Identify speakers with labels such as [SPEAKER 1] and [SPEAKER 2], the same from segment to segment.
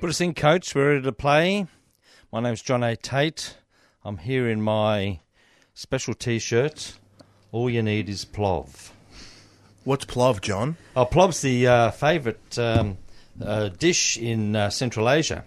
[SPEAKER 1] Put us in, coach. We're ready to play. My name's John A. Tate. I'm here in my special t shirt. All you need is plov.
[SPEAKER 2] What's plov, John?
[SPEAKER 1] Oh, plov's the uh, favourite um, uh, dish in uh, Central Asia.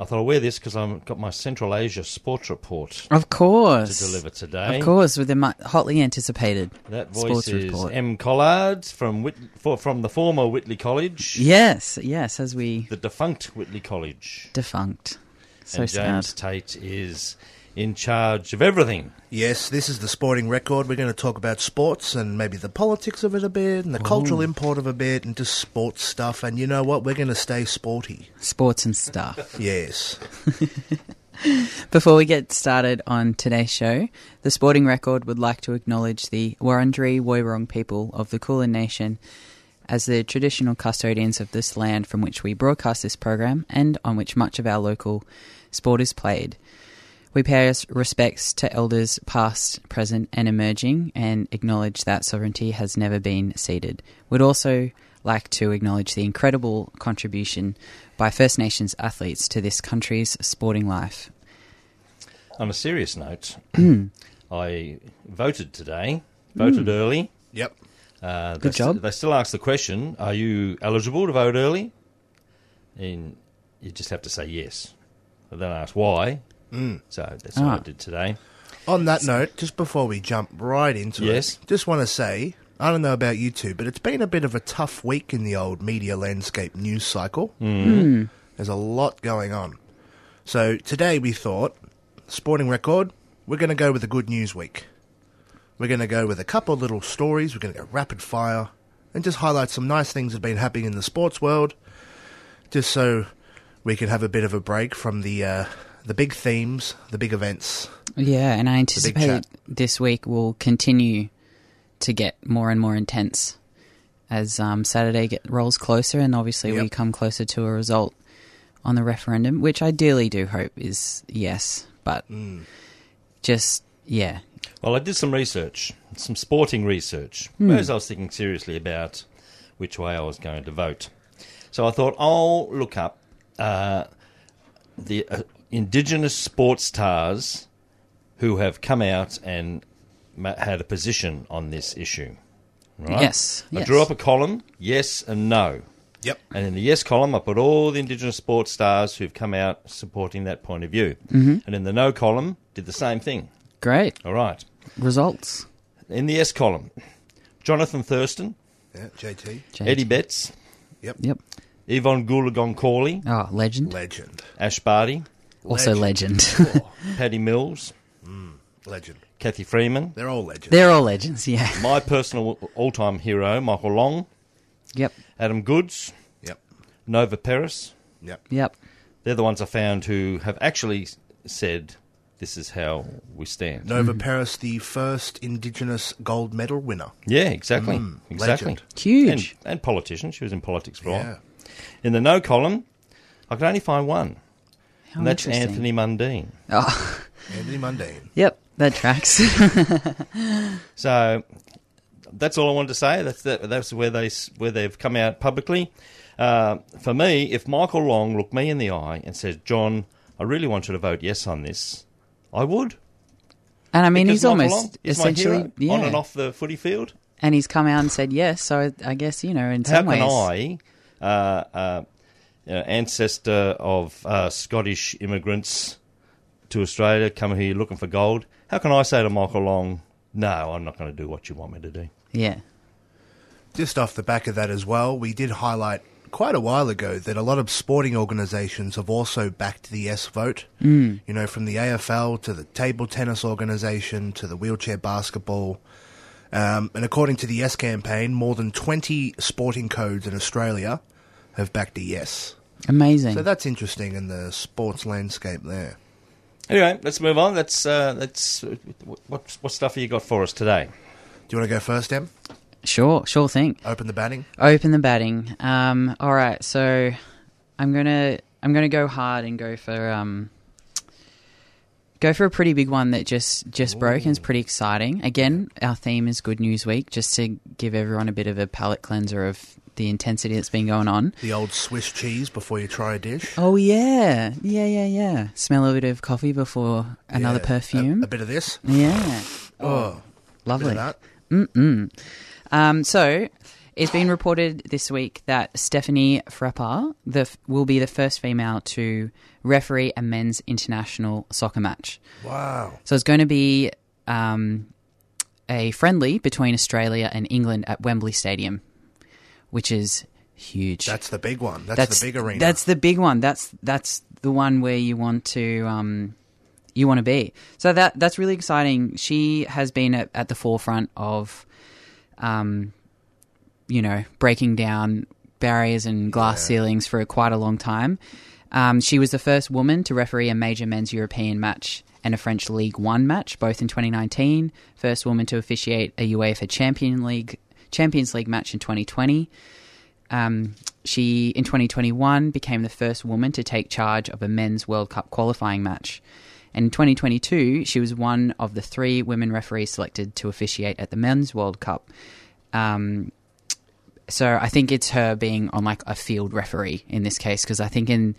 [SPEAKER 1] I thought I'll wear this because I've got my Central Asia sports report
[SPEAKER 3] Of
[SPEAKER 1] to
[SPEAKER 3] course.
[SPEAKER 1] deliver today.
[SPEAKER 3] Of course, with the mu- hotly anticipated
[SPEAKER 1] That voice
[SPEAKER 3] sports
[SPEAKER 1] is
[SPEAKER 3] report.
[SPEAKER 1] M. Collard from, Whit- for, from the former Whitley College,
[SPEAKER 3] yes, yes, as we
[SPEAKER 1] the defunct Whitley College.
[SPEAKER 3] defunct. So
[SPEAKER 1] and
[SPEAKER 3] sad.
[SPEAKER 1] James Tate is in charge of everything.
[SPEAKER 2] Yes, this is the sporting record. We're going to talk about sports and maybe the politics of it a bit and the cultural import of a bit and just sports stuff. And you know what? We're going to stay sporty.
[SPEAKER 3] Sports and stuff.
[SPEAKER 2] Yes.
[SPEAKER 3] Before we get started on today's show, the Sporting Record would like to acknowledge the Wurundjeri Woiwurrung people of the Kulin Nation as the traditional custodians of this land from which we broadcast this program and on which much of our local sport is played. We pay our respects to elders past, present, and emerging and acknowledge that sovereignty has never been ceded. We'd also like to acknowledge the incredible contribution by First Nations athletes to this country's sporting life.
[SPEAKER 1] On a serious note,
[SPEAKER 3] Hmm.
[SPEAKER 1] I voted today, voted early.
[SPEAKER 2] Yep.
[SPEAKER 1] Uh, they
[SPEAKER 3] Good
[SPEAKER 1] st-
[SPEAKER 3] job.
[SPEAKER 1] they still ask the question Are you eligible to vote early? And you just have to say yes. But then I ask why. Mm. So that's what I
[SPEAKER 3] Ah.
[SPEAKER 1] did today.
[SPEAKER 2] On that note, just before we jump right into
[SPEAKER 1] Yes.
[SPEAKER 2] it, just want to say I don't know about you two, but it's been a bit of a tough week in the old media landscape news cycle. Mm. There's a lot going on. So today we thought, sporting record, we're going to go with a good news week. We're going to go with a couple of little stories. We're going to go rapid fire and just highlight some nice things that have been happening in the sports world, just so we can have a bit of a break from the uh, the big themes, the big events.
[SPEAKER 3] Yeah, and I
[SPEAKER 2] big
[SPEAKER 3] anticipate
[SPEAKER 2] chat.
[SPEAKER 3] this week will continue to get more and more intense as um, Saturday get, rolls closer, and obviously we
[SPEAKER 2] Yep.
[SPEAKER 3] come closer to a result on the referendum, which I dearly do hope is yes, but
[SPEAKER 1] Mm.
[SPEAKER 3] just yeah,
[SPEAKER 1] Well, I did some research, some sporting research,
[SPEAKER 3] Hmm.
[SPEAKER 1] whereas I was thinking seriously about which way I was going to vote. So I thought I'll look up uh, the uh, indigenous sports stars who have come out and ma- had a position on this issue. Right?
[SPEAKER 3] Yes,
[SPEAKER 1] I
[SPEAKER 3] yes.
[SPEAKER 1] drew up a column, yes and no.
[SPEAKER 2] Yep.
[SPEAKER 1] And in the yes column, I put all the Indigenous sports stars who've come out supporting that point of view. Mm-hmm. And in the no column, did the same thing.
[SPEAKER 3] great
[SPEAKER 1] All right.
[SPEAKER 3] results.
[SPEAKER 1] In the S column, Jonathan Thurston,
[SPEAKER 2] Yeah, JT.
[SPEAKER 3] Jade.
[SPEAKER 1] Eddie Betts,
[SPEAKER 3] Yep.
[SPEAKER 1] Yvonne Goolagong Corley,
[SPEAKER 3] Oh, legend.
[SPEAKER 2] Legend.
[SPEAKER 1] Ash Barty,
[SPEAKER 3] also legend.
[SPEAKER 1] Paddy Mills,
[SPEAKER 2] Legend.
[SPEAKER 1] Kathy Freeman,
[SPEAKER 2] They're all legends.
[SPEAKER 3] They're all legends. Yeah.
[SPEAKER 1] my personal all time hero, Michael Long,
[SPEAKER 3] Yep.
[SPEAKER 1] Adam Goods,
[SPEAKER 2] yep.
[SPEAKER 1] Nova Paris.
[SPEAKER 2] Yep.
[SPEAKER 3] Yep.
[SPEAKER 1] They're the ones I found who have actually s- said, This is how we stand.
[SPEAKER 2] Nova Paris, the first Indigenous gold medal winner.
[SPEAKER 1] Yeah, exactly. exactly.
[SPEAKER 2] Mm, legend.
[SPEAKER 3] Huge.
[SPEAKER 1] And, and politician. She was in politics for a
[SPEAKER 2] Yeah.
[SPEAKER 1] while. In the no column, I could only find one,
[SPEAKER 3] How
[SPEAKER 1] and that's
[SPEAKER 3] interesting.
[SPEAKER 1] Anthony Mundine.
[SPEAKER 3] Oh,
[SPEAKER 2] Anthony Mundine.
[SPEAKER 3] yep. That tracks.
[SPEAKER 1] So that's all I wanted to say. That's that, that's where they s- where they've come out publicly. Uh, for me, if Michael Long looked me in the eye and said, "John, I really want you to vote yes on this," I would.
[SPEAKER 3] And I mean,
[SPEAKER 1] Because
[SPEAKER 3] he's
[SPEAKER 1] Michael
[SPEAKER 3] almost
[SPEAKER 1] Long is my
[SPEAKER 3] essentially
[SPEAKER 1] hero
[SPEAKER 3] yeah.
[SPEAKER 1] on and off the footy field.
[SPEAKER 3] and he's come out and said yes. So I guess you know, in
[SPEAKER 1] How
[SPEAKER 3] some
[SPEAKER 1] can
[SPEAKER 3] ways,
[SPEAKER 1] I, uh, uh, you know, ancestor of uh, Scottish immigrants to Australia, come here looking for gold? How can I say to Michael Long, "No, I'm not going to do what you want me to do"?
[SPEAKER 3] yeah,
[SPEAKER 2] Just off the back of that as well, we did highlight quite a while ago that a lot of sporting organisations have also backed the yes vote. Mm. You know, from the AFL to the table tennis organisation to the wheelchair basketball. Um, and according to the Yes campaign, more than 20 sporting codes in Australia have backed a yes.
[SPEAKER 3] Amazing.
[SPEAKER 2] So that's interesting in the sports landscape there.
[SPEAKER 1] Anyway, let's move on. Let's uh, let's what what stuff have you got for us today?
[SPEAKER 2] Do you want to go first, Em?
[SPEAKER 3] sure, sure thing.
[SPEAKER 2] Open the batting.
[SPEAKER 3] Open the batting. Um, all right, so I'm gonna I'm gonna go hard and go for um, go for a pretty big one that just just broke and is pretty exciting. Again, our theme is Good News Week, just to give everyone a bit of a palate cleanser of the intensity that's been going on.
[SPEAKER 2] The old Swiss cheese before you try a dish.
[SPEAKER 3] Oh yeah, yeah, yeah, yeah. Smell a bit of coffee before another
[SPEAKER 2] Yeah.
[SPEAKER 3] perfume.
[SPEAKER 2] A, a bit of this.
[SPEAKER 3] yeah,
[SPEAKER 2] Oh, bit
[SPEAKER 3] lovely.
[SPEAKER 2] of that.
[SPEAKER 3] Um, so it's been reported this week that Stephanie Frappard the, will be the first female to referee a men's international soccer match.
[SPEAKER 2] Wow.
[SPEAKER 3] So it's going to be um, a friendly between Australia and England at Wembley Stadium, which is huge.
[SPEAKER 2] That's the big one. That's, the big arena.
[SPEAKER 3] That's the big one. That's that's the one where you want to um, you want to be. So that that's really exciting. She has been at, at the forefront of, um, you know, breaking down barriers and glass ceilings for quite a long time. Um, she was the first woman to referee a major men's European match and a French League One match, both in 2019. First woman to officiate a UEFA Champion League Champions League match in 2020. Um, she, in 2021, became the first woman to take charge of a men's World Cup qualifying match. And in 2022, she was one of the three women referees selected to officiate at the men's World Cup. Um, so I think it's her being on like a field referee in this case, because I think in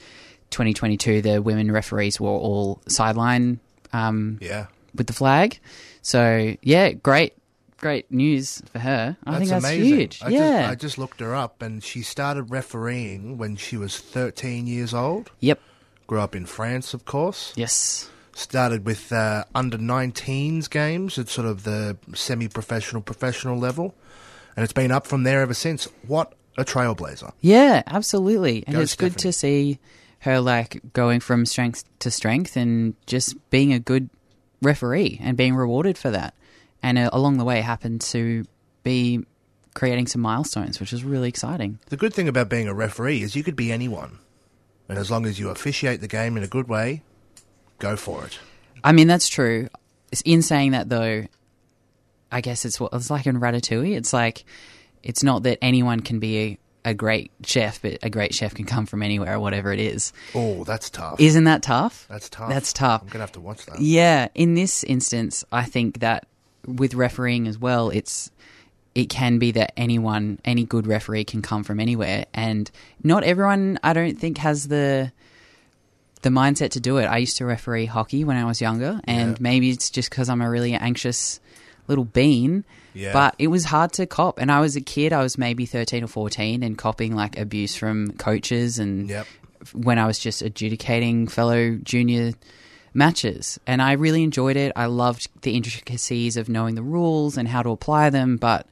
[SPEAKER 3] 2022, the women referees were all sideline um,
[SPEAKER 2] yeah.
[SPEAKER 3] with the flag. So yeah, great, great news for her. I think that's
[SPEAKER 2] amazing.
[SPEAKER 3] huge.
[SPEAKER 2] I
[SPEAKER 3] yeah.
[SPEAKER 2] Just, I just looked her up and she started refereeing when she was 13 years old.
[SPEAKER 3] yep.
[SPEAKER 2] Grew up in France, of course.
[SPEAKER 3] Yes.
[SPEAKER 2] Started with uh, under 19s games at sort of the semi professional, professional level. And it's been up from there ever since. What a trailblazer.
[SPEAKER 3] Yeah, absolutely. And
[SPEAKER 2] Go,
[SPEAKER 3] it's good to see her like going from strength to strength and just being a good referee and being rewarded for that. And uh, along the way, happened to be creating some milestones, which is really exciting.
[SPEAKER 2] The good thing about being a referee is you could be anyone. And as long as you officiate the game in a good way, go for it.
[SPEAKER 3] I mean, that's true. It's- In saying that, though, I guess it's what it's like in Ratatouille. It's like it's not that anyone can be a, a great chef, but a great chef can come from anywhere or whatever it is.
[SPEAKER 2] Oh, that's tough.
[SPEAKER 3] Isn't that tough?
[SPEAKER 2] that's tough.
[SPEAKER 3] That's tough.
[SPEAKER 2] I'm going to have to watch that.
[SPEAKER 3] Yeah, in this instance, I think that with refereeing as well, it's it can be that anyone, any good referee, can come from anywhere, and not everyone, I don't think, has the the mindset to do it. I used to referee hockey when I was younger, and maybe it's just because I'm a really anxious little bean.
[SPEAKER 2] Yeah.
[SPEAKER 3] But it was hard to cop, and I was a kid. I was maybe thirteen or fourteen, and copying like abuse from coaches and
[SPEAKER 2] Yep.
[SPEAKER 3] when I was just adjudicating fellow junior matches. And I really enjoyed it. I loved the intricacies of knowing the rules and how to apply them, but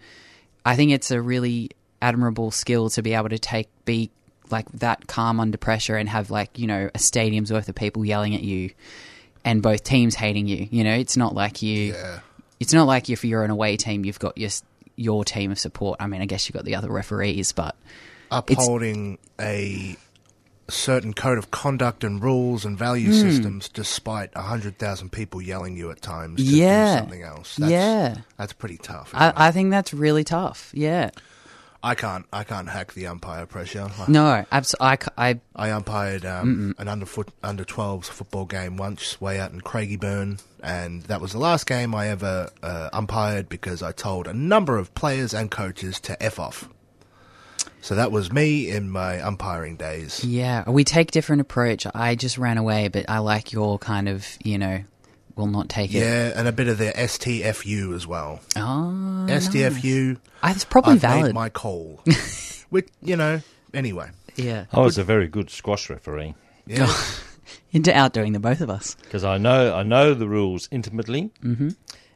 [SPEAKER 3] I think it's a really admirable skill to be able to take be like that calm under pressure and have like, you know, a stadium's worth of people yelling at you and both teams hating you. You know, it's not like you
[SPEAKER 2] Yeah.
[SPEAKER 3] it's not like if you're an away team you've got your s- your team of support. I mean, I guess you've got the other referees, but
[SPEAKER 2] upholding a certain code of conduct and rules and value
[SPEAKER 3] Hmm.
[SPEAKER 2] systems despite 100,000 people yelling you at times to
[SPEAKER 3] Yeah.
[SPEAKER 2] do something else. That's,
[SPEAKER 3] Yeah.
[SPEAKER 2] That's pretty tough. isn't it?
[SPEAKER 3] I, I think that's really tough. Yeah.
[SPEAKER 2] I can't I can't hack the umpire pressure. I-
[SPEAKER 3] No, absolutely. I, c- I-
[SPEAKER 2] I umpired um, an under foot, under 12s football game once way out in Craigieburn and that was the last game I ever uh, umpired because I told a number of players and coaches to F off. So that was me in my umpiring days.
[SPEAKER 3] yeah, we take different approach. I just ran away, but I like your kind of, you know, will not take it.
[SPEAKER 2] Yeah, and a bit of the STFU as well.
[SPEAKER 3] Oh,
[SPEAKER 2] STFU.
[SPEAKER 3] I, it's probably
[SPEAKER 2] I've
[SPEAKER 3] valid.
[SPEAKER 2] made my call. Which you know, anyway.
[SPEAKER 3] yeah,
[SPEAKER 1] I was a very good squash referee
[SPEAKER 2] Yeah.
[SPEAKER 3] into outdoing the both of us.
[SPEAKER 1] because I know I know the rules intimately, mm-hmm.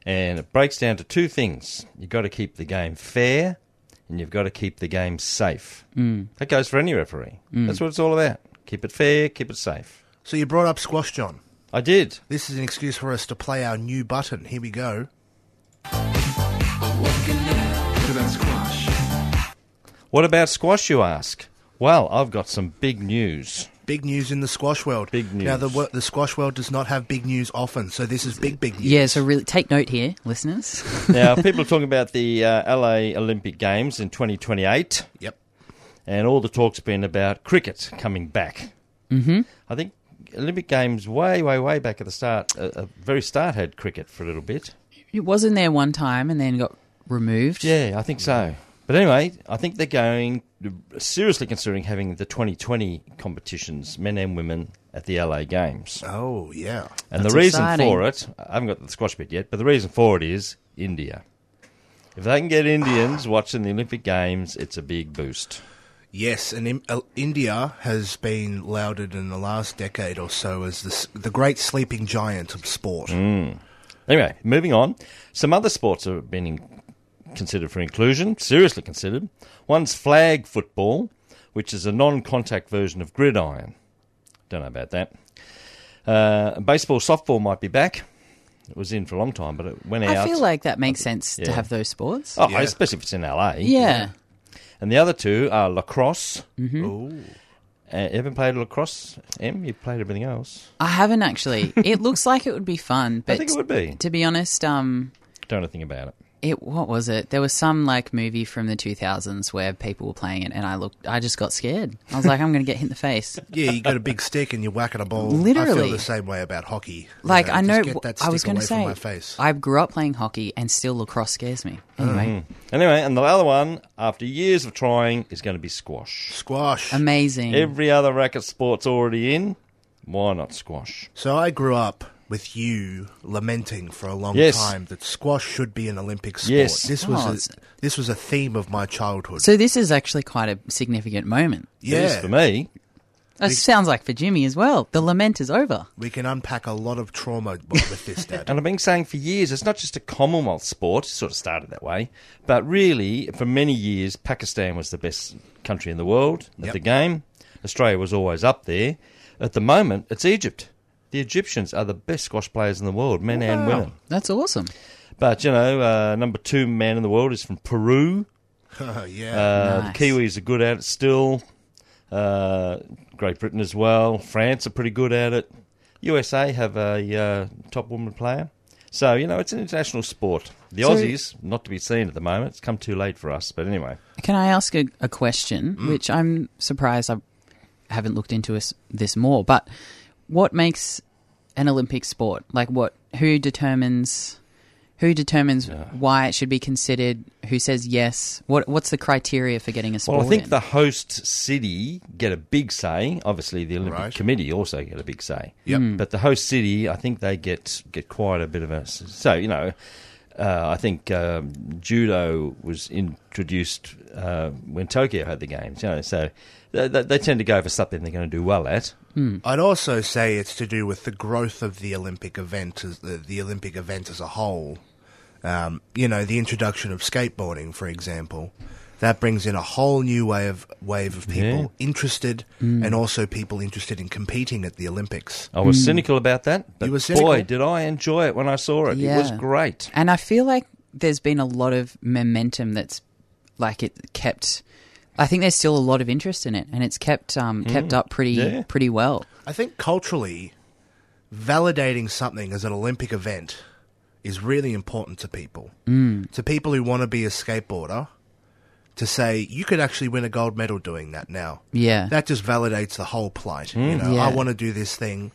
[SPEAKER 1] and it breaks down to two things: you got to keep the game fair, and and you've got to keep the game safe. Mm. That goes for any referee. That's what it's all about. Keep it fair, keep it safe.
[SPEAKER 2] So you brought up squash, John.
[SPEAKER 1] I did.
[SPEAKER 2] This is an excuse for us to play our new button. Here we go.
[SPEAKER 1] What about squash, you ask? Well, I've got some big news.
[SPEAKER 2] Big news in the squash world.
[SPEAKER 1] Big
[SPEAKER 2] Now the
[SPEAKER 1] news.
[SPEAKER 2] wo- the squash world does not have big news often, so this is big big news.
[SPEAKER 3] Yeah, so really take note here, listeners.
[SPEAKER 1] Now, people are talking about the uh, LA Olympic Games in 2028,
[SPEAKER 2] Yep.
[SPEAKER 1] and all the talk's been about cricket coming back. Mm-hmm. I think Olympic Games, way, way, way back at the start, uh, uh, very start had cricket for a little bit.
[SPEAKER 3] it was in there one time and then got removed.
[SPEAKER 1] Yeah, I think so. But anyway, I think they're going seriously considering having the 2020 competitions, men and women, at the LA Games.
[SPEAKER 2] Oh yeah.
[SPEAKER 1] And
[SPEAKER 3] That's
[SPEAKER 1] the reason
[SPEAKER 3] exciting.
[SPEAKER 1] for it, I haven't got the squash bit yet, but the reason for it is India. If they can get Indians watching the Olympic Games, it's a big boost.
[SPEAKER 2] Yes, and in, uh, India has been lauded in the last decade or so as the s- the great sleeping giant of sport.
[SPEAKER 1] Mm. Anyway, moving on. Some other sports are being considered for inclusion, seriously considered. One's flag football, which is a non contact version of gridiron. Don't know about that. Uh, baseball, softball might be back. It was in for a long time, but it went out.
[SPEAKER 3] I feel like that makes sense to
[SPEAKER 1] Yeah.
[SPEAKER 3] have those sports.
[SPEAKER 1] Oh,
[SPEAKER 2] Yeah.
[SPEAKER 1] especially if it's in LA.
[SPEAKER 3] yeah.
[SPEAKER 1] And the other two are lacrosse. Mm-hmm. Uh, you haven't played lacrosse, Em? You've played everything else.
[SPEAKER 3] I haven't actually. It looks like it would be fun, but
[SPEAKER 1] I think it would be.
[SPEAKER 3] to be honest, um,
[SPEAKER 1] Don't know anything about it.
[SPEAKER 3] it what was it? There was some like movie from the 2000s where people were playing it, and I looked. I just got scared. I was like, I'm going to get hit in the face.
[SPEAKER 2] Yeah, you got a big stick and you whack at a ball. I feel
[SPEAKER 3] Literally.
[SPEAKER 2] the same way about hockey. You
[SPEAKER 3] Like I
[SPEAKER 2] just
[SPEAKER 3] know,
[SPEAKER 2] get that
[SPEAKER 3] I was
[SPEAKER 2] stick
[SPEAKER 3] going to
[SPEAKER 2] away from
[SPEAKER 3] say,
[SPEAKER 2] my face.
[SPEAKER 3] I grew up playing hockey, and still lacrosse scares me. Anyway,
[SPEAKER 1] Anyway, and the other one, after years of trying, is going to be squash.
[SPEAKER 2] Squash.
[SPEAKER 3] Um,
[SPEAKER 2] Mm.
[SPEAKER 3] amazing.
[SPEAKER 1] Every other racket sport's already in. Why not squash?
[SPEAKER 2] So I grew up with you lamenting for a long
[SPEAKER 1] Yes.
[SPEAKER 2] time that squash should be an Olympic sport.
[SPEAKER 1] Yes.
[SPEAKER 2] This was
[SPEAKER 3] Oh, it's-
[SPEAKER 2] a, this was a theme of my childhood.
[SPEAKER 3] so this is actually quite a significant moment.
[SPEAKER 1] It is
[SPEAKER 2] yeah,
[SPEAKER 1] for me.
[SPEAKER 3] That sounds like for Jimmy as well. The lament is over.
[SPEAKER 2] we can unpack a lot of trauma with this, Dad.
[SPEAKER 1] And I've been saying for years, it's not just a Commonwealth sport, it sort of started that way, but really, for many years, Pakistan was the best country in the world at
[SPEAKER 2] Yep.
[SPEAKER 1] the game. Australia was always up there. At the moment, it's Egypt. The Egyptians are the best squash players in the world, men and women.
[SPEAKER 3] That's awesome.
[SPEAKER 1] But, you know, uh, number two man in the world is from Peru.
[SPEAKER 2] Oh, yeah.
[SPEAKER 1] Uh,
[SPEAKER 3] Nice.
[SPEAKER 1] The Kiwis are good at it still. Uh, Great Britain as well. France are pretty good at it. USA have a uh, top woman player. So, you know, it's an international sport. The
[SPEAKER 3] So-
[SPEAKER 1] Aussies, not to be seen at the moment. It's come too late for us. But anyway,
[SPEAKER 3] Can I ask a, a question,
[SPEAKER 1] Mm.
[SPEAKER 3] which I'm surprised I haven't looked into this, this more? But what makes an Olympic sport? Like, what? Who determines? Who determines why it should be considered? Who says yes? What What's the criteria for getting a sport?
[SPEAKER 1] well, I think
[SPEAKER 3] in?
[SPEAKER 1] the host city get a big say. Obviously, the Olympic
[SPEAKER 2] Right.
[SPEAKER 1] Committee also get a big say.
[SPEAKER 2] Yep.
[SPEAKER 3] Hmm.
[SPEAKER 1] But the host city, I think they get get quite a bit of a. So you know, uh, I think um, judo was introduced uh, when Tokyo had the games. You know, so they, they, they tend to go for something they're going to do well at.
[SPEAKER 2] I'd also say it's to do with the growth of the Olympic event as the, the Olympic event as a whole. Um, you know, the introduction of skateboarding, for example, that brings in a whole new way of wave of people interested,
[SPEAKER 1] Mm.
[SPEAKER 2] and also people interested in competing at the Olympics.
[SPEAKER 1] I
[SPEAKER 3] Hmm.
[SPEAKER 1] was cynical about that, but
[SPEAKER 2] You
[SPEAKER 1] boy,
[SPEAKER 2] were cynical.
[SPEAKER 1] did I enjoy it when I saw it. It was
[SPEAKER 3] Yeah.
[SPEAKER 1] great.
[SPEAKER 3] And I feel like there's been a lot of momentum that's like it kept. I think there's still a lot of interest in it, and it's kept um, kept up pretty
[SPEAKER 1] Mm. Yeah.
[SPEAKER 3] pretty well.
[SPEAKER 2] I think culturally, validating something as an Olympic event is really important to people. Mm. To people who want to be a skateboarder, to say, you could actually win a gold medal doing that now.
[SPEAKER 3] Yeah.
[SPEAKER 2] That just validates the whole plight. you know,
[SPEAKER 3] Yeah.
[SPEAKER 2] I want to do this thing.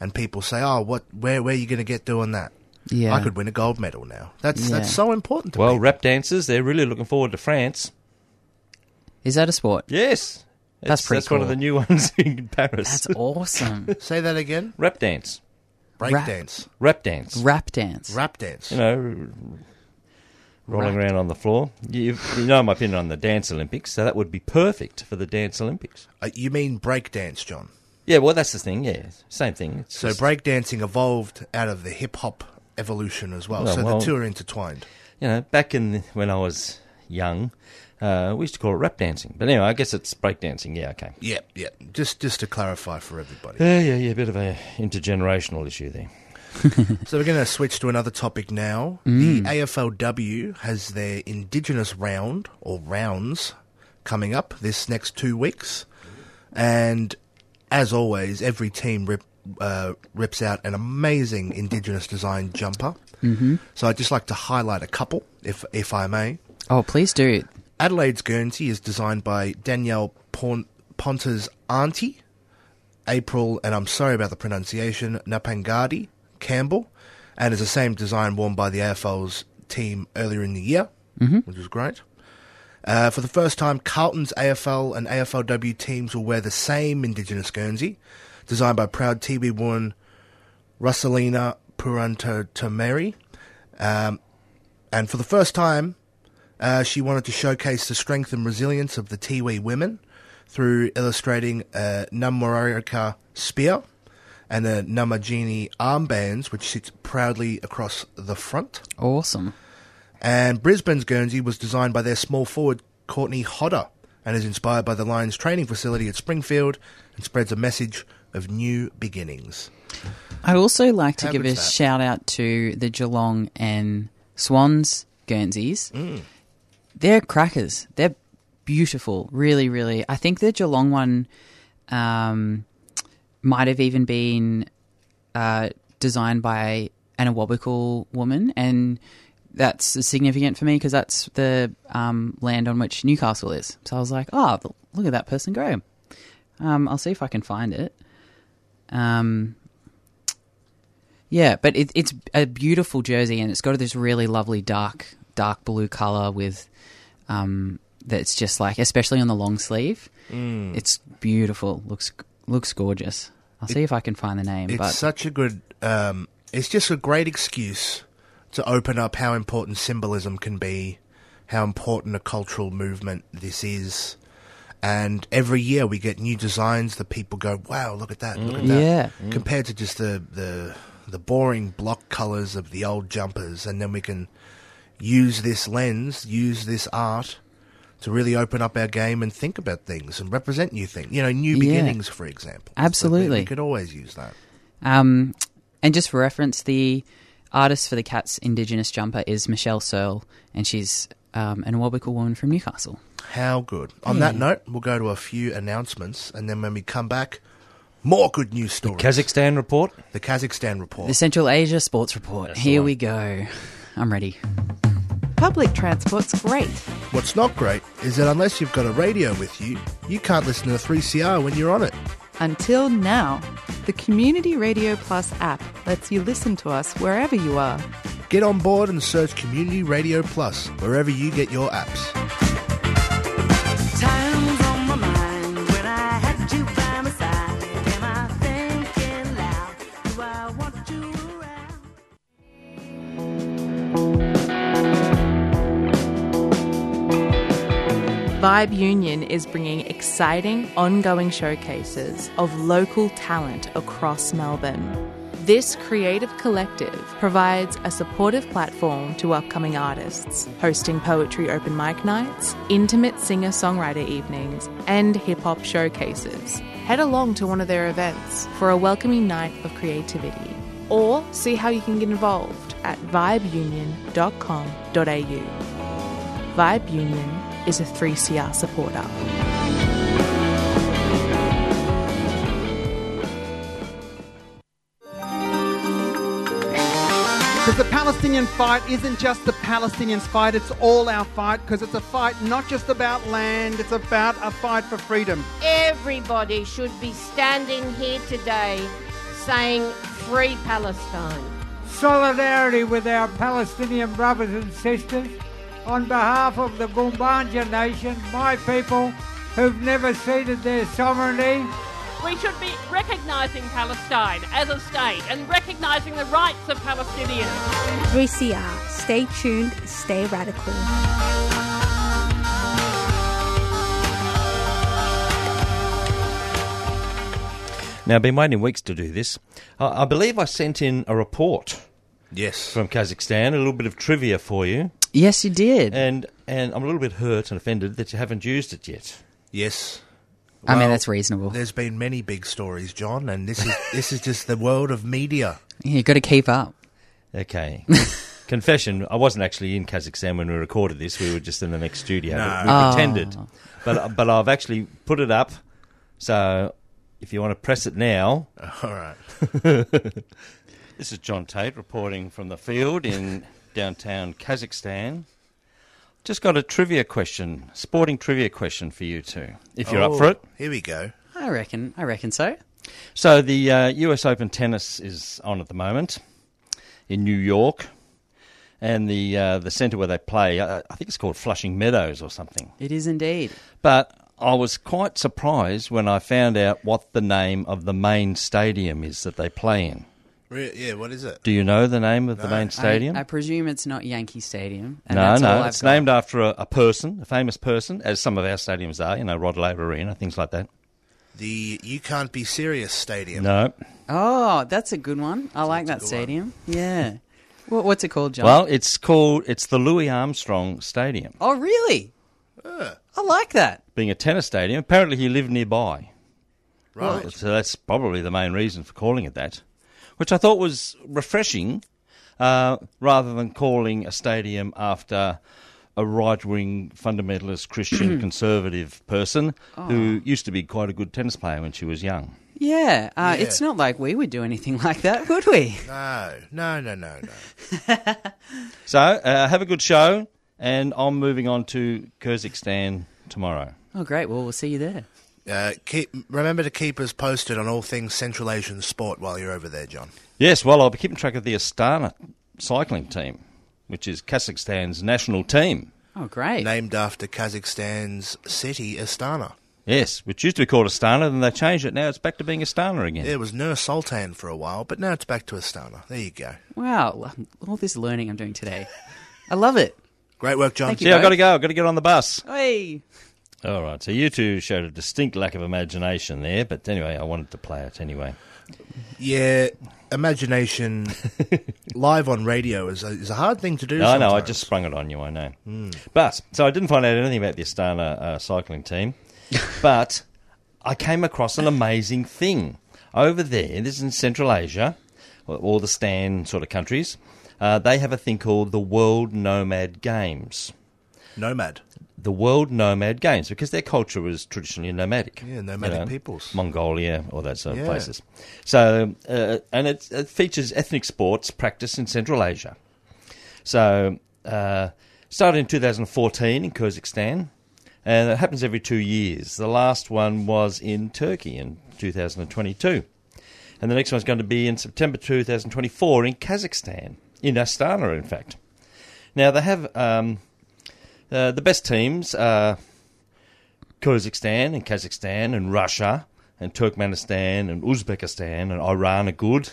[SPEAKER 2] And people say, oh, what, where, where are you going to get doing that?
[SPEAKER 3] Yeah.
[SPEAKER 2] I could win a gold medal now. That's,
[SPEAKER 3] Yeah.
[SPEAKER 2] that's so important to
[SPEAKER 1] Well,
[SPEAKER 2] people.
[SPEAKER 1] rap dancers, they're really looking forward to France.
[SPEAKER 3] Is that a sport?
[SPEAKER 1] Yes.
[SPEAKER 3] That's
[SPEAKER 1] It's-
[SPEAKER 3] pretty
[SPEAKER 1] That's one of
[SPEAKER 3] cool.
[SPEAKER 1] the new ones in Paris.
[SPEAKER 3] That's awesome.
[SPEAKER 2] Say that again.
[SPEAKER 1] rap dance.
[SPEAKER 2] Break
[SPEAKER 3] Rap.
[SPEAKER 2] dance.
[SPEAKER 1] Rap dance.
[SPEAKER 3] Rap dance.
[SPEAKER 2] Rap dance.
[SPEAKER 1] you know, rolling
[SPEAKER 3] Right.
[SPEAKER 1] around on the floor. You, you know my opinion on the dance Olympics, so that would be perfect for the dance Olympics.
[SPEAKER 2] Uh, you mean break dance, John?
[SPEAKER 1] Yeah, well, that's the thing. Yeah, same thing. It's
[SPEAKER 2] So
[SPEAKER 1] just-
[SPEAKER 2] breakdancing evolved out of the hip hop evolution as well.
[SPEAKER 1] Oh, Well,
[SPEAKER 2] so
[SPEAKER 1] well-
[SPEAKER 2] the two are intertwined.
[SPEAKER 1] you know, back in the, when I was young, Uh, we used to call it rap dancing, but anyway, I guess it's break dancing. Yeah, okay.
[SPEAKER 2] Yep, yep. Just just to clarify for everybody.
[SPEAKER 1] Yeah, yeah, yeah. A bit of a intergenerational issue there.
[SPEAKER 2] So we're going to switch to another topic now.
[SPEAKER 1] Mm.
[SPEAKER 2] The AFLW has their Indigenous round or rounds coming up this next two weeks, and as always, every team rip, uh, rips out an amazing Indigenous design jumper. Mm-hmm. So I'd just like to highlight a couple, if if I may.
[SPEAKER 3] Oh, please do it.
[SPEAKER 2] Adelaide's Guernsey is designed by Danielle Pon- Ponta's auntie, April, and I'm sorry about the pronunciation, Napangadi Campbell, and is the same design worn by the AFL's team earlier in the year, which was great. Uh, for the first time, Carlton's AFL and AFLW teams will wear the same Indigenous Guernsey, designed by proud Tiwi woman Ruselina Purantameri. Um, and for the first time, uh, she wanted to showcase the strength and resilience of the Tiwi women through illustrating a Namorika spear and the Namajini armbands, which sits proudly across the front.
[SPEAKER 3] Awesome.
[SPEAKER 2] And Brisbane's Guernsey was designed by their small forward Courtney Hodder and is inspired by the Lions training facility at Springfield and spreads a message of new beginnings.
[SPEAKER 3] I also like to
[SPEAKER 2] How
[SPEAKER 3] give a
[SPEAKER 2] good's that?
[SPEAKER 3] shout out to the Geelong and Swans Guernseys.
[SPEAKER 2] Mm.
[SPEAKER 3] They're crackers. They're beautiful. Really, really. I think the Geelong one um, might have even been uh, designed by an Awabakal woman, and that's significant for me because that's the um, land on which Newcastle is. So I was like, oh, look at that person go. Um, I'll see if I can find it. Um, yeah, but it, it's a beautiful jersey, and it's got this really lovely dark, dark blue color with um, that's just like, especially on the long sleeve, it's beautiful. looks looks gorgeous. I'll see if I can find the name,
[SPEAKER 2] It's
[SPEAKER 3] but
[SPEAKER 2] such a good. Um, it's just a great excuse to open up how important symbolism can be, how important a cultural movement this is. And every year we get new designs that people go, "Wow, look at that! Look at that!"
[SPEAKER 3] Mm. Yeah.
[SPEAKER 2] Compared to just the the the boring block colors of the old jumpers, and then we can use this lens, use this art to really open up our game and think about things and represent new things. You know, new
[SPEAKER 3] Yeah.
[SPEAKER 2] beginnings, for example. So we-
[SPEAKER 3] Absolutely.
[SPEAKER 2] we could always use that.
[SPEAKER 3] Um, and just for reference, the artist for the cat's indigenous jumper is Michelle Searle, and she's um, an Awabakal woman from Newcastle.
[SPEAKER 2] How good. On that
[SPEAKER 1] Hmm.
[SPEAKER 2] note, we'll go to a few announcements, and then when we come back, more good news stories.
[SPEAKER 1] Kazakhstan report.
[SPEAKER 2] the Kazakhstan report.
[SPEAKER 3] The Central Asia Sports Report.
[SPEAKER 1] That's the
[SPEAKER 3] Here
[SPEAKER 1] one.
[SPEAKER 3] we go. I'm ready.
[SPEAKER 4] Public transport's great.
[SPEAKER 2] What's not great is that unless you've got a radio with you, you can't listen to 3CR when you're on it.
[SPEAKER 4] Until now, the Community Radio Plus app lets you listen to us wherever you are.
[SPEAKER 2] Get on board and search Community Radio Plus wherever you get your apps.
[SPEAKER 5] Times on my mind when I had you by my side. Am I thinking loud? Do I want you around?
[SPEAKER 4] Vibe Union is bringing exciting, ongoing showcases of local talent across Melbourne. This creative collective provides a supportive platform to upcoming artists, hosting poetry open mic nights, intimate singer songwriter evenings, and hip hop showcases. Head along to one of their events for a welcoming night of creativity, or see how you can get involved at vibeunion.com.au. Vibe Union is a 3CR supporter.
[SPEAKER 6] Because the Palestinian fight isn't just the Palestinians' fight, it's all our fight, because it's a fight not just about land, it's about a fight for freedom.
[SPEAKER 7] Everybody should be standing here today saying free Palestine.
[SPEAKER 8] solidarity with our Palestinian brothers and sisters on behalf of the Gumbanja nation, my people who've never ceded their sovereignty.
[SPEAKER 9] We should be recognising Palestine as a state and recognising the rights of Palestinians.
[SPEAKER 10] 3CR. Stay tuned, stay radical.
[SPEAKER 1] Now, I've been waiting weeks to do this. I, I believe I sent in a report
[SPEAKER 2] Yes.
[SPEAKER 1] from Kazakhstan, a little bit of trivia for you.
[SPEAKER 3] Yes, you did.
[SPEAKER 1] And and I'm a little bit hurt and offended that you haven't used it yet.
[SPEAKER 2] Yes.
[SPEAKER 3] I mean,
[SPEAKER 2] Well,
[SPEAKER 3] that's reasonable.
[SPEAKER 2] There's been many big stories, John, and this is this is just the world of media.
[SPEAKER 3] Yeah, you got to keep up.
[SPEAKER 1] Okay. Confession: I wasn't actually in Kazakhstan when we recorded this. We were just in the next studio.
[SPEAKER 2] No.
[SPEAKER 1] but We
[SPEAKER 2] Ah.
[SPEAKER 1] pretended, but but I've actually put it up. So if you want to press it now,
[SPEAKER 2] all right.
[SPEAKER 1] this is John Tate reporting from the field in downtown Kazakhstan. Just got a trivia question, sporting trivia question for you two, if you're up for it.
[SPEAKER 2] Oh, Here we go.
[SPEAKER 3] I reckon. I reckon so.
[SPEAKER 1] So the uh, U.S. Open tennis is on at the moment in New York, and the uh, the centre where they play, uh, I think it's called Flushing Meadows or something.
[SPEAKER 3] It is indeed.
[SPEAKER 1] But I was quite surprised when I found out what the name of the main stadium is that they play in.
[SPEAKER 2] Re- yeah, what is it?
[SPEAKER 1] Do you know the name of the
[SPEAKER 2] No.
[SPEAKER 1] main stadium?
[SPEAKER 3] I, I presume it's not Yankee Stadium. And
[SPEAKER 1] no,
[SPEAKER 3] that's all
[SPEAKER 1] no,
[SPEAKER 3] I've
[SPEAKER 1] it's
[SPEAKER 3] got.
[SPEAKER 1] named after a, a person, a famous person, as some of our stadiums are. You know, Rod Laver Arena, things like that.
[SPEAKER 2] The You Can't Be Serious Stadium.
[SPEAKER 1] No,
[SPEAKER 3] Oh, that's a good one. I like that stadium. Yeah. What, what's it called, John?
[SPEAKER 1] well, it's called it's the Louis Armstrong Stadium.
[SPEAKER 3] oh, really? I like that.
[SPEAKER 1] being a tennis stadium. Apparently, he lived nearby.
[SPEAKER 2] Right.
[SPEAKER 1] So that's probably the main reason for calling it that, which I thought was refreshing, uh, rather than calling a stadium after a right wing fundamentalist Christian conservative person who used to be quite a good tennis player when she was young.
[SPEAKER 3] Yeah.
[SPEAKER 2] Yeah.
[SPEAKER 3] Uh, It's not like we would do anything like that, would we?
[SPEAKER 2] No, no, no, no, no.
[SPEAKER 1] So uh, have a good show, and I'm moving on to Kyrgyzstan tomorrow.
[SPEAKER 3] Oh, great. Well, we'll see you there.
[SPEAKER 2] Uh, keep, remember to keep us posted on all things Central Asian sport while you're over there, John.
[SPEAKER 1] Yes, well, I'll be keeping track of the Astana cycling team, which is Kazakhstan's national team.
[SPEAKER 3] Oh, great.
[SPEAKER 2] Named after Kazakhstan's city, Astana.
[SPEAKER 1] Yes, which used to be called Astana, then they changed it. Now it's back to being Astana again.
[SPEAKER 2] It was Nur Sultan for a while, but now it's back to Astana. There you go.
[SPEAKER 3] Wow. All this learning I'm doing today. I love it.
[SPEAKER 2] Great work, John.
[SPEAKER 3] Thank you.
[SPEAKER 1] See, I've got to go. I've got to get on the bus.
[SPEAKER 3] Hey.
[SPEAKER 1] All right, so you two showed a distinct lack of imagination there, but anyway, I wanted to play it anyway.
[SPEAKER 2] Yeah, imagination live on radio is a, is a hard thing to do.
[SPEAKER 1] No, I know, I
[SPEAKER 2] sometimes.
[SPEAKER 1] just sprung it on you, I know. But, so I didn't find out anything about the Astana uh, cycling team, but I came across an amazing thing. Over there, this is in Central Asia, or all the Stan sort of countries, uh, they have a thing called the World Nomad Games.
[SPEAKER 2] nomad.
[SPEAKER 1] the world nomad games because their culture was traditionally nomadic.
[SPEAKER 2] Yeah, nomadic peoples.
[SPEAKER 1] Mongolia, all that sort of
[SPEAKER 2] Yeah.
[SPEAKER 1] places. So, uh, and it, it features ethnic sports practiced in Central Asia. So, uh, started in 2014 in Kazakhstan, and it happens every two years. The last one was in Turkey in 2022. And the next one's going to be in September 2024 in Kazakhstan, in Astana, in fact. Now, they have um, uh, the best teams are Kyrgyzstan and Kazakhstan and Russia and Turkmenistan and Uzbekistan and Iran are good.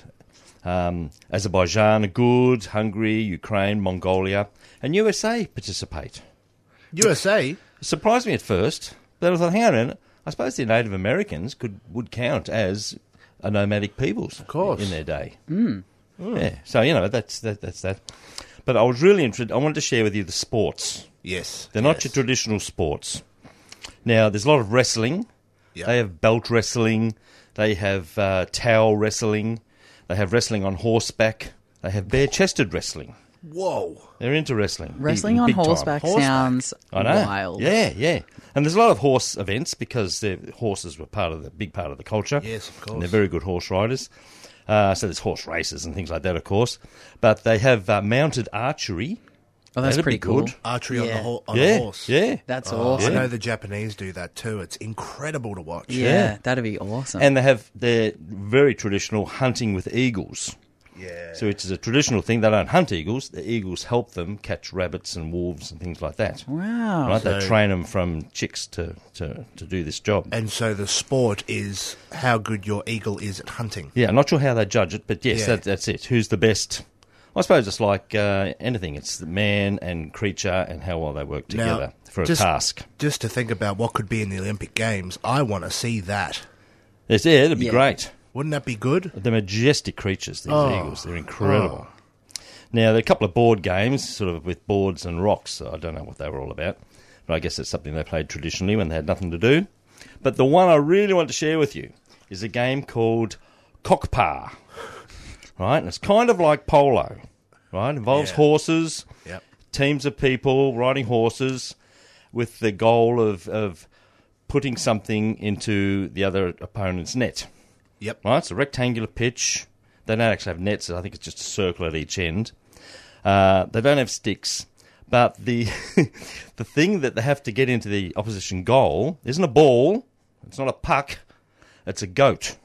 [SPEAKER 1] Um, Azerbaijan are good. Hungary, Ukraine, Mongolia, and USA participate.
[SPEAKER 2] USA.
[SPEAKER 1] It surprised me at first, but I thought, hang on a minute. I suppose the Native Americans could would count as a nomadic peoples, of
[SPEAKER 2] course. Hmm.
[SPEAKER 1] in their day. Hmm. Yeah, so you know that's that, that's that. But I was really interested. I wanted to share with you the sports.
[SPEAKER 2] Yes.
[SPEAKER 1] They're not your traditional sports. Now, there's a lot of wrestling.
[SPEAKER 2] Yeah.
[SPEAKER 1] They have belt wrestling. They have uh, towel wrestling. They have wrestling on horseback. They have bare chested wrestling.
[SPEAKER 2] Whoa.
[SPEAKER 1] They're into wrestling. Big-
[SPEAKER 3] Wrestling on
[SPEAKER 1] big time.
[SPEAKER 3] horseback,
[SPEAKER 2] Horseback.
[SPEAKER 3] sounds
[SPEAKER 1] I know.
[SPEAKER 3] wild.
[SPEAKER 1] Yeah, yeah. And there's a lot of horse events because the horses were part of the big part of the culture.
[SPEAKER 2] Yes, of course.
[SPEAKER 1] And they're very good horse riders. Uh, so there's horse races and things like that, of course. But they have uh, mounted archery.
[SPEAKER 3] Oh, that's
[SPEAKER 1] That'd be
[SPEAKER 3] pretty cool. Oh,
[SPEAKER 1] good.
[SPEAKER 2] Archery on the
[SPEAKER 3] Yeah.
[SPEAKER 2] ho- on
[SPEAKER 1] yeah,
[SPEAKER 2] a horse.
[SPEAKER 1] yeah.
[SPEAKER 3] That's
[SPEAKER 2] I
[SPEAKER 3] awesome.
[SPEAKER 2] know the Japanese do that too. It's incredible to watch.
[SPEAKER 3] Yeah,
[SPEAKER 1] Yeah.
[SPEAKER 3] that'd be awesome.
[SPEAKER 1] And they have their very traditional hunting with eagles.
[SPEAKER 2] Yeah.
[SPEAKER 1] So it's a traditional thing. They don't hunt eagles. The eagles help them catch rabbits and wolves and things like that.
[SPEAKER 3] wow.
[SPEAKER 1] Right? They
[SPEAKER 2] So-
[SPEAKER 1] train them from chicks to, to, to do this job.
[SPEAKER 2] And so the sport is how good your eagle is at hunting.
[SPEAKER 1] Yeah, I'm not sure how they judge it, but yes,
[SPEAKER 2] Yeah.
[SPEAKER 1] that, that's it. Who's the best? I suppose it's like uh, anything. It's the man and creature and how well they work
[SPEAKER 2] Now,
[SPEAKER 1] together for a
[SPEAKER 2] just-
[SPEAKER 1] task.
[SPEAKER 2] Just to think about what could be in the Olympic Games, I want to see that.
[SPEAKER 1] It's, yeah, it'd be
[SPEAKER 3] Yeah.
[SPEAKER 1] great.
[SPEAKER 2] Wouldn't that be good?
[SPEAKER 1] They're majestic creatures, these
[SPEAKER 2] Oh.
[SPEAKER 1] eagles. They're incredible. Now, there are a couple of board games, sort of with boards and rocks. So I don't know what they were all about, but I guess it's something they played traditionally when they had nothing to do. But the one I really want to share with you is a game called Cockpar, right? And it's kind of like polo, right? Involves
[SPEAKER 2] Yeah.
[SPEAKER 1] horses,
[SPEAKER 2] Yep.
[SPEAKER 1] teams of people riding horses with the goal of, of putting something into the other opponent's net.
[SPEAKER 2] Yep.
[SPEAKER 1] Right, it's a rectangular pitch. They don't actually have nets. I think it's just a circle at each end. Uh, they don't have sticks. But the the thing that they have to get into the opposition goal isn't a ball. It's not a puck. It's a goat.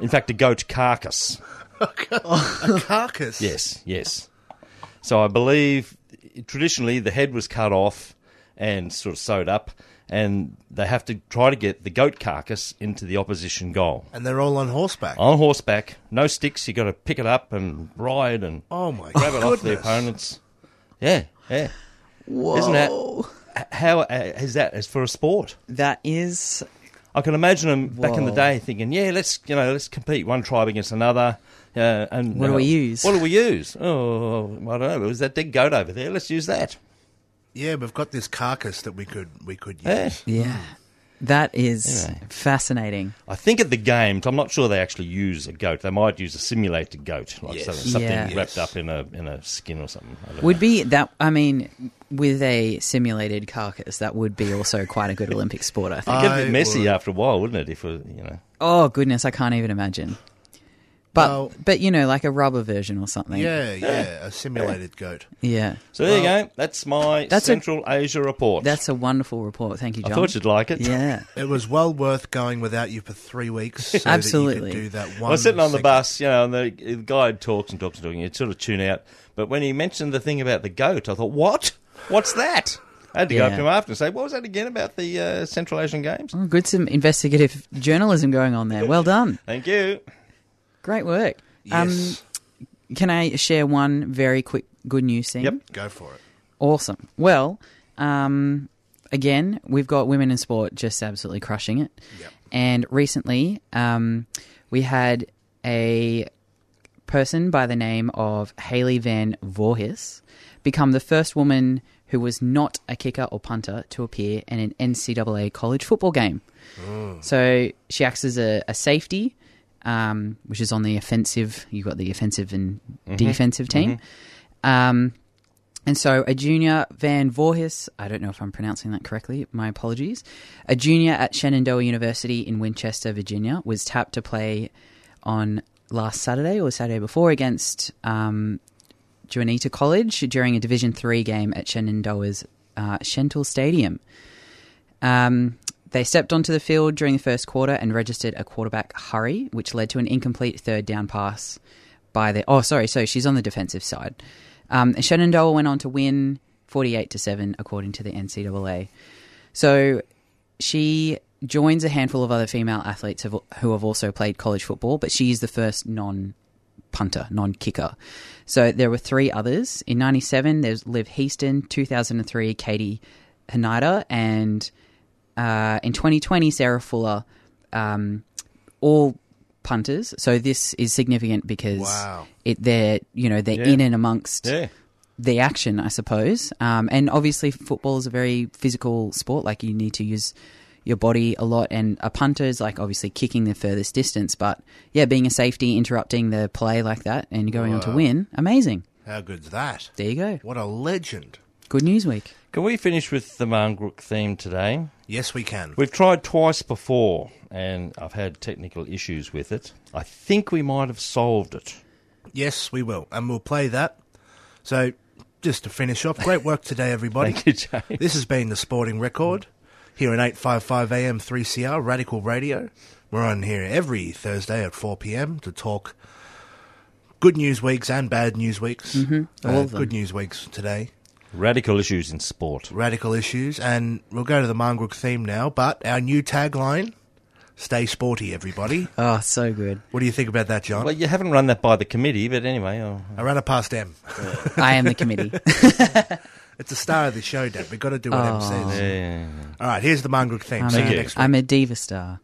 [SPEAKER 1] In fact, a goat carcass.
[SPEAKER 2] a carcass.
[SPEAKER 1] Yes, yes. So I believe traditionally the head was cut off and sort of sewed up, and they have to try to get the goat carcass into the opposition goal.
[SPEAKER 2] And they're all on horseback.
[SPEAKER 1] On horseback, no sticks, you got to pick it up and ride and
[SPEAKER 2] Oh my
[SPEAKER 1] grab it off the
[SPEAKER 2] goodness.
[SPEAKER 1] opponents. Yeah, yeah. Isn't that h- how uh, is that as for a sport?
[SPEAKER 3] That is.
[SPEAKER 1] I can imagine them back in the
[SPEAKER 3] Whoa.
[SPEAKER 1] day thinking, yeah, let's you know, let's compete one tribe against another. Uh, and
[SPEAKER 3] What do
[SPEAKER 1] uh,
[SPEAKER 3] we use?
[SPEAKER 1] What do we use? Oh, I don't know. It was that dead goat over there. Let's use that.
[SPEAKER 2] Yeah, we've got this carcass that we could we could use.
[SPEAKER 1] Yeah.
[SPEAKER 3] Yeah. That is
[SPEAKER 1] Anyway.
[SPEAKER 3] fascinating.
[SPEAKER 1] I think at the games, I'm not sure they actually use a goat. They might use a simulated goat, like
[SPEAKER 2] Yes.
[SPEAKER 1] something, something
[SPEAKER 3] Yeah.
[SPEAKER 1] wrapped up in a in a skin or something. I don't
[SPEAKER 3] Would
[SPEAKER 1] know.
[SPEAKER 3] be that, I mean, with a simulated carcass, that would be also quite a good Olympic sport, I think.
[SPEAKER 1] It'd get a
[SPEAKER 2] I
[SPEAKER 1] bit messy
[SPEAKER 2] would-
[SPEAKER 1] after a while, wouldn't it? If we, you know,
[SPEAKER 3] Oh goodness, I can't even imagine. But
[SPEAKER 2] Well-
[SPEAKER 3] but you know, like a rubber version or something.
[SPEAKER 2] Yeah, yeah, a simulated goat.
[SPEAKER 3] Yeah.
[SPEAKER 1] so there you go. That's my
[SPEAKER 3] That's a-
[SPEAKER 1] Central Asia report.
[SPEAKER 3] That's a wonderful report. Thank you,
[SPEAKER 1] I
[SPEAKER 3] John.
[SPEAKER 1] thought you'd like it.
[SPEAKER 3] Yeah.
[SPEAKER 2] It was well worth going without you for three weeks. So
[SPEAKER 3] Absolutely.
[SPEAKER 2] That you could do that
[SPEAKER 1] I
[SPEAKER 2] one.
[SPEAKER 1] was sitting on the
[SPEAKER 2] second-
[SPEAKER 1] bus, you know, and the, the guy talks and talks and talking. You'd sort of tune out. But when he mentioned the thing about the goat, I thought, what? What's that? I had to go up
[SPEAKER 3] Yeah.
[SPEAKER 1] to him after and say, what was that again about the uh, Central Asian Games?
[SPEAKER 3] Oh, good some investigative journalism going on there. Well done.
[SPEAKER 1] Thank you.
[SPEAKER 3] Great work.
[SPEAKER 2] Yes.
[SPEAKER 3] Um can I share one very quick good news thing?
[SPEAKER 1] Yep.
[SPEAKER 2] Go for it.
[SPEAKER 3] Awesome. Well, um, again, we've got women in sport just absolutely crushing it.
[SPEAKER 2] Yep.
[SPEAKER 3] And recently, um, we had a person by the name of Haley Van Voorhis become the first woman who was not a kicker or punter to appear in an NCAA college football game. So she acts as a, a safety, um, which is on the offensive. You've got the offensive and defensive team. Um, and so a junior, Van Voorhis, I don't know if I'm pronouncing that correctly, my apologies, a junior at Shenandoah University in Winchester, Virginia, was tapped to play on last Saturday or the Saturday before against um, Juanita College during a Division Three game at Shenandoah's uh, Shentel Stadium. Um, they stepped onto the field during the first quarter and registered a quarterback hurry, which led to an incomplete third down pass by the. Oh, sorry. So she's on the defensive side. Um, Shenandoah went on to win forty-eight to seven, according to the NCAA. So she joins a handful of other female athletes have, who have also played college football, but she is the first non punter, non kicker. So there were three others. In 97, there's Liv Heaston, 2003, Katie Hanada, and uh, in 2020, Sarah Fuller, um, all punters. So this is significant because
[SPEAKER 2] Wow.
[SPEAKER 3] it, they're, you know, they're
[SPEAKER 1] Yeah.
[SPEAKER 3] in and amongst
[SPEAKER 1] Yeah.
[SPEAKER 3] the action, I suppose. Um, and obviously, football is a very physical sport. Like you need to use your body a lot, and a punter is like obviously kicking the furthest distance. But yeah, being a safety, interrupting the play like that, and going on to win, amazing.
[SPEAKER 2] How good's that?
[SPEAKER 3] There you go.
[SPEAKER 2] What a legend.
[SPEAKER 3] Good news week.
[SPEAKER 1] Can we finish with the Mangrook theme today?
[SPEAKER 2] Yes, we can.
[SPEAKER 1] We've tried twice before, and I've had technical issues with it. I think we might have solved it.
[SPEAKER 2] Yes, we will, and we'll play that. So, just to finish off, great work today, everybody.
[SPEAKER 1] Thank you, James.
[SPEAKER 2] This has been the Sporting Record here on 855 AM 3CR Radical Radio. We're on here every Thursday at 4 p.m. to talk good news weeks and bad news weeks. Mm-hmm.
[SPEAKER 3] All of them.
[SPEAKER 2] Good news weeks today,
[SPEAKER 1] Radical issues in sport.
[SPEAKER 2] radical issues, and we'll go to the Mangrook theme now. But our new tagline: "Stay sporty, everybody."
[SPEAKER 3] Oh, so good.
[SPEAKER 2] What do you think about that, John?
[SPEAKER 1] Well, you haven't run that by the committee, but anyway, I'll-
[SPEAKER 2] I ran it past M.
[SPEAKER 3] I am the committee.
[SPEAKER 2] It's the star of the show, Dad. We've got to do what M says.
[SPEAKER 1] yeah.
[SPEAKER 2] All right, here's the Mangrook theme.
[SPEAKER 3] I'm,
[SPEAKER 2] See you
[SPEAKER 3] a,
[SPEAKER 2] next week.
[SPEAKER 3] I'm a diva star.